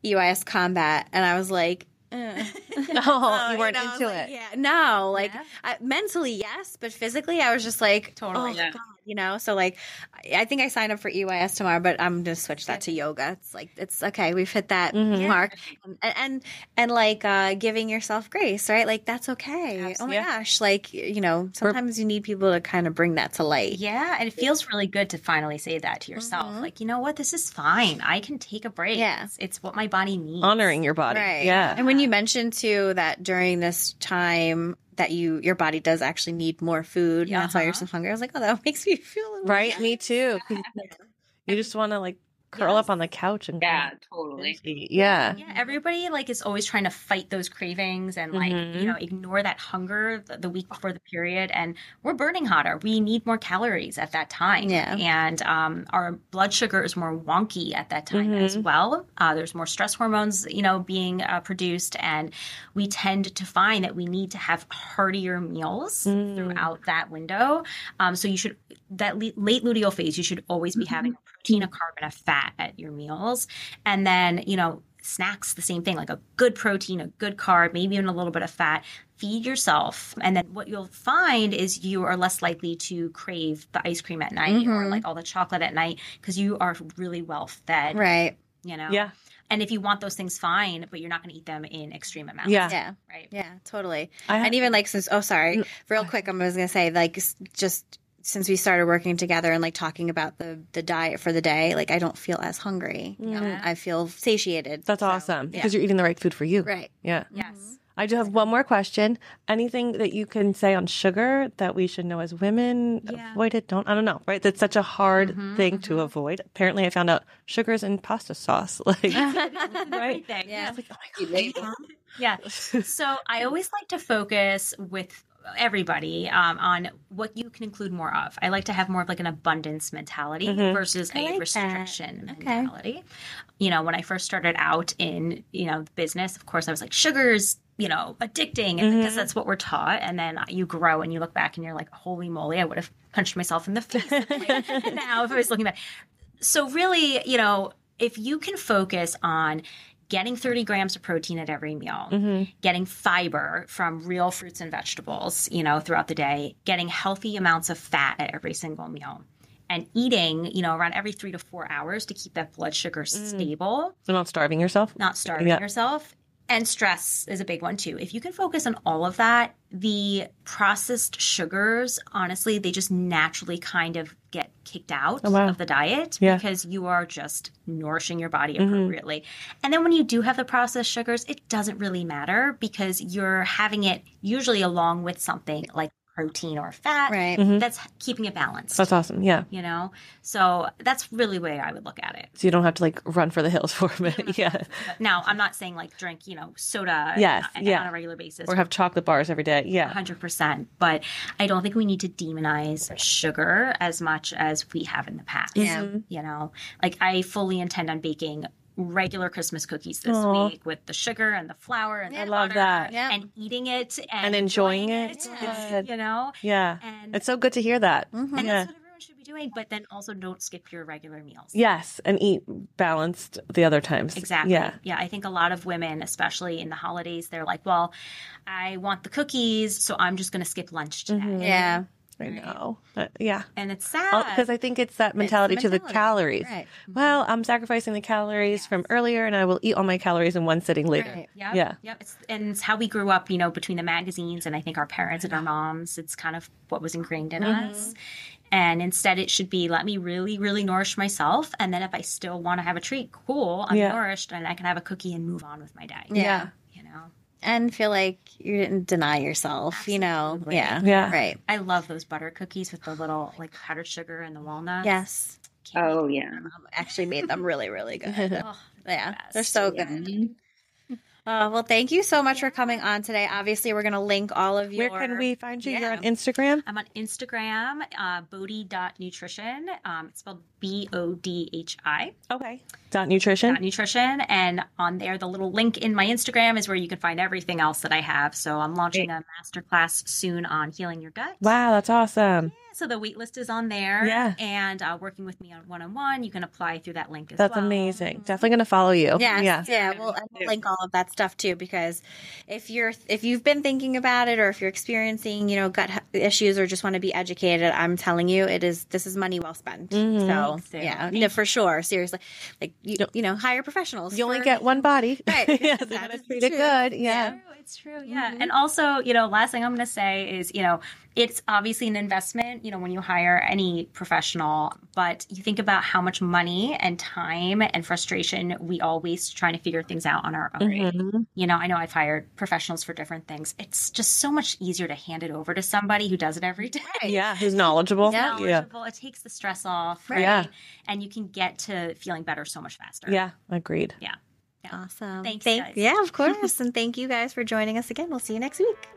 EYS combat, and I was like, eh.
No,
Oh,
you weren't
know, I was
into
like,
it.
Yeah, no, like
Yeah.
I, mentally, yes, but physically, I was just like,
Totally.
oh,
Yeah.
God, you know. So like, I I think I signed up for EYS tomorrow, but I'm gonna switch that to yoga. It's like it's okay, we've hit that
Mhm.
Yeah.
mark, and, and and like uh, giving yourself grace, right? Like that's okay. Oh my
Absolutely.
gosh, like you know, sometimes you need people to kind of bring that to light.
Yeah, and it feels really good to finally say that to yourself.
Mm-hmm.
Mhm.
Like, you know what? This is fine. I can take a break.
Yeah.
It's, it's what my body needs.
Honoring your body.
Right.
Yeah.
And when you mentioned too that during this time that you your body does actually need more food, and that's why you're
Uh-huh.
so hungry. I was like, oh, that makes me feel a little
Right. Me too. 'Cause You just want to like curl up on the couch and
Yeah, totally.
eat. Yeah.
Yeah, everybody like is always trying to fight those cravings and like
Mhm.
you know ignore that hunger the, the week before the period, and we're burning hotter. We need more calories at that time,
Yeah.
and um, our blood sugar is more wonky at that time
Mm-hmm.
as well. Uh, there's more stress hormones, you know, being uh, produced, and we tend to find that we need to have heartier meals
Mm.
throughout that window. Um, so you should that le- late luteal phase, you should always be having
Mm-hmm.
a protein, a carb, and a fat at your meals, and then you know snacks the same thing like a good protein a good carb maybe even a little bit of fat feed yourself and then what you'll find is you are less likely to crave the ice cream at night or
Mhm.
like all the chocolate at night because you are really well fed
right.
you know
Yeah.
and if you want those things fine but you're not going to eat them in extreme amounts
Yeah.
Yeah.
right
Yeah, totally.
I
And even like since, oh, sorry,
No,
real quick, I was gonna say like s- just since we started working together and like talking about the the diet for the day, like I don't feel as hungry. You know,
Yeah.
Mm, I feel satiated.
that's
So,
awesome
Yeah.
because you're eating the right food for you.
Right.
Yeah.
yes
I do have one more question. Anything that you can say on sugar that we should know as women?
Yeah.
Avoid it. Don't. I don't know. Right. That's such a hard
Mm-hmm,
Mhm,
thing to avoid. Apparently, I found out sugars in pasta sauce. Like,
right
Yeah.
like, oh my
You label
yeah so i always like to focus with everybody um, on what you can include more of i like to have more of like an abundance mentality
Mhm.
versus
Mm-hmm. I
a
like that.
restriction
Okay.
mentality you know when i first started out in you know business of course i was like sugars you know addicting and
Mm-hmm.
because
Mhm.
that's what we're taught and then you grow and you look back and you're like holy moly i would have punched myself in the face now if i was looking back so really you know if you can focus on getting 30 grams of protein at every meal
Mhm.
getting fiber from real fruits and vegetables, you know, throughout the day, getting healthy amounts of fat at every single meal, and eating, you know, around every three to four hours to keep that blood sugar stable,
So not starving yourself.
not starving
Yeah.
yourself. And stress is a big one too. If you can focus on all of that, the processed sugars, honestly, they just naturally kind of get kicked out
Oh, wow.
of the diet
Yeah. Mm-hmm.
because you are just nourishing your body appropriately. And then when you do have the processed sugars, it doesn't really matter because you're having it usually along with something like protein or fat
Right.
that's keeping it balanced.
Mm-hmm. That's awesome. Yeah.
you know, so that's really where I would look at it.
So you don't have to like run for the hills for a minute. Yeah.
Now, I'm not saying like drink, you know, soda uh,
Yes,
on,
yeah.
on a regular basis.
Or have chocolate bars every day. Yeah.
100%, but I don't think we need to demonize sugar as much as we have in the past.
Yeah.
You know, like I fully intend on baking regular Christmas cookies this
Aw.
week with the sugar and the flour and
I
the
love
butter
that.
Yeah.
and eating it and,
And enjoying it.
Yeah.
You know,
Yeah.
and
It's so good to hear that.
Mhm.
and
Yeah.
mm-hmm.
that's what everyone should be doing. anyway, but then also don't skip your regular meals.
Yes, and eat balanced the other times.
Exactly.
Yeah.
I think a lot of women, especially in the holidays, they're like, well, I want the cookies, so I'm just going to skip lunch today.
Mhm.
Yeah.
I
Right.
know. Uh, yeah.
And it's sad.
Because I think it's that
It's
mentality, to the
mentality,
calories.
Right. Mm-hmm.
Well, I'm sacrificing the calories
Yes.
from earlier and I will eat all my calories in one sitting later.
Right.
Yep,
Yeah.
Yep. It's, and it's how we grew up, you know, between the magazines and I think our parents and our moms. It's kind of what was ingrained in
Mm-hmm.
us. And instead, it should be let me really, really nourish myself. And then if I still want to have a treat, cool, I'm
Yeah.
nourished and I can have a cookie and move on with my day.
Yeah.
You know,
And feel like you didn't deny yourself, you know?
Absolutely.
Yeah.
Yeah.
Right.
I love those butter cookies with the little like powdered sugar and the walnuts.
Yes.
Can't
Oh yeah.
My mom actually made them really, really good.
wait. Oh,
Yeah.
best.
They're so
Yeah.
good. Uh, well, thank you so much for coming on today. Obviously, we're going to link all of your.
Where can we find you? You're
Yeah.
on Instagram?
I'm on Instagram, uh, bodhi.nutrition. Um, it's spelled B O D H I.
Okay. Dot nutrition.
Dot nutrition and on there the little link in my instagram is where you can find everything else that i have so i'm launching a masterclass soon on healing your gut
wow, that's awesome.
so the wait list is on there
Yeah.
and uh, working with me on one-on-one you can apply through that link as
That's
well
amazing. Definitely going to follow you.
Yes,
Oh, Yeah.
yeah, We'll, and we'll link all of that stuff too, because if you're if you've been thinking about it, or if you're experiencing, you know, gut he- issues, or just want to be educated, I'm telling you, it is this is money well spent.
Mhm.
So
Thanks,
yeah,
Sarah.
no, for sure, seriously, like you, you know, hire professionals.
You only
for-
get one body.
Right.
yes,
That
you're going
is
to
the
treat it
truth.
good. Yeah. Mm-hmm.
True, it's true yeah and also you know last thing i'm going to say is you know it's obviously an investment you know when you hire any professional but you think about how much money and time and frustration we all waste trying to figure things out on our own
Mm-hmm.
you know i know i've hired professionals for different things it's just so much easier to hand it over to somebody who does it every day
Yeah. Who's knowledgeable?
Yeah.
Yeah.
knowledgeable. It takes the stress off,
Right.
right?
Yeah.
And you can get to feeling better so much faster.
Yeah. Agreed.
Awesome.
Thanks,
Thank-
guys.
Yeah, of course. and thank you guys for joining us again. We'll see you next week.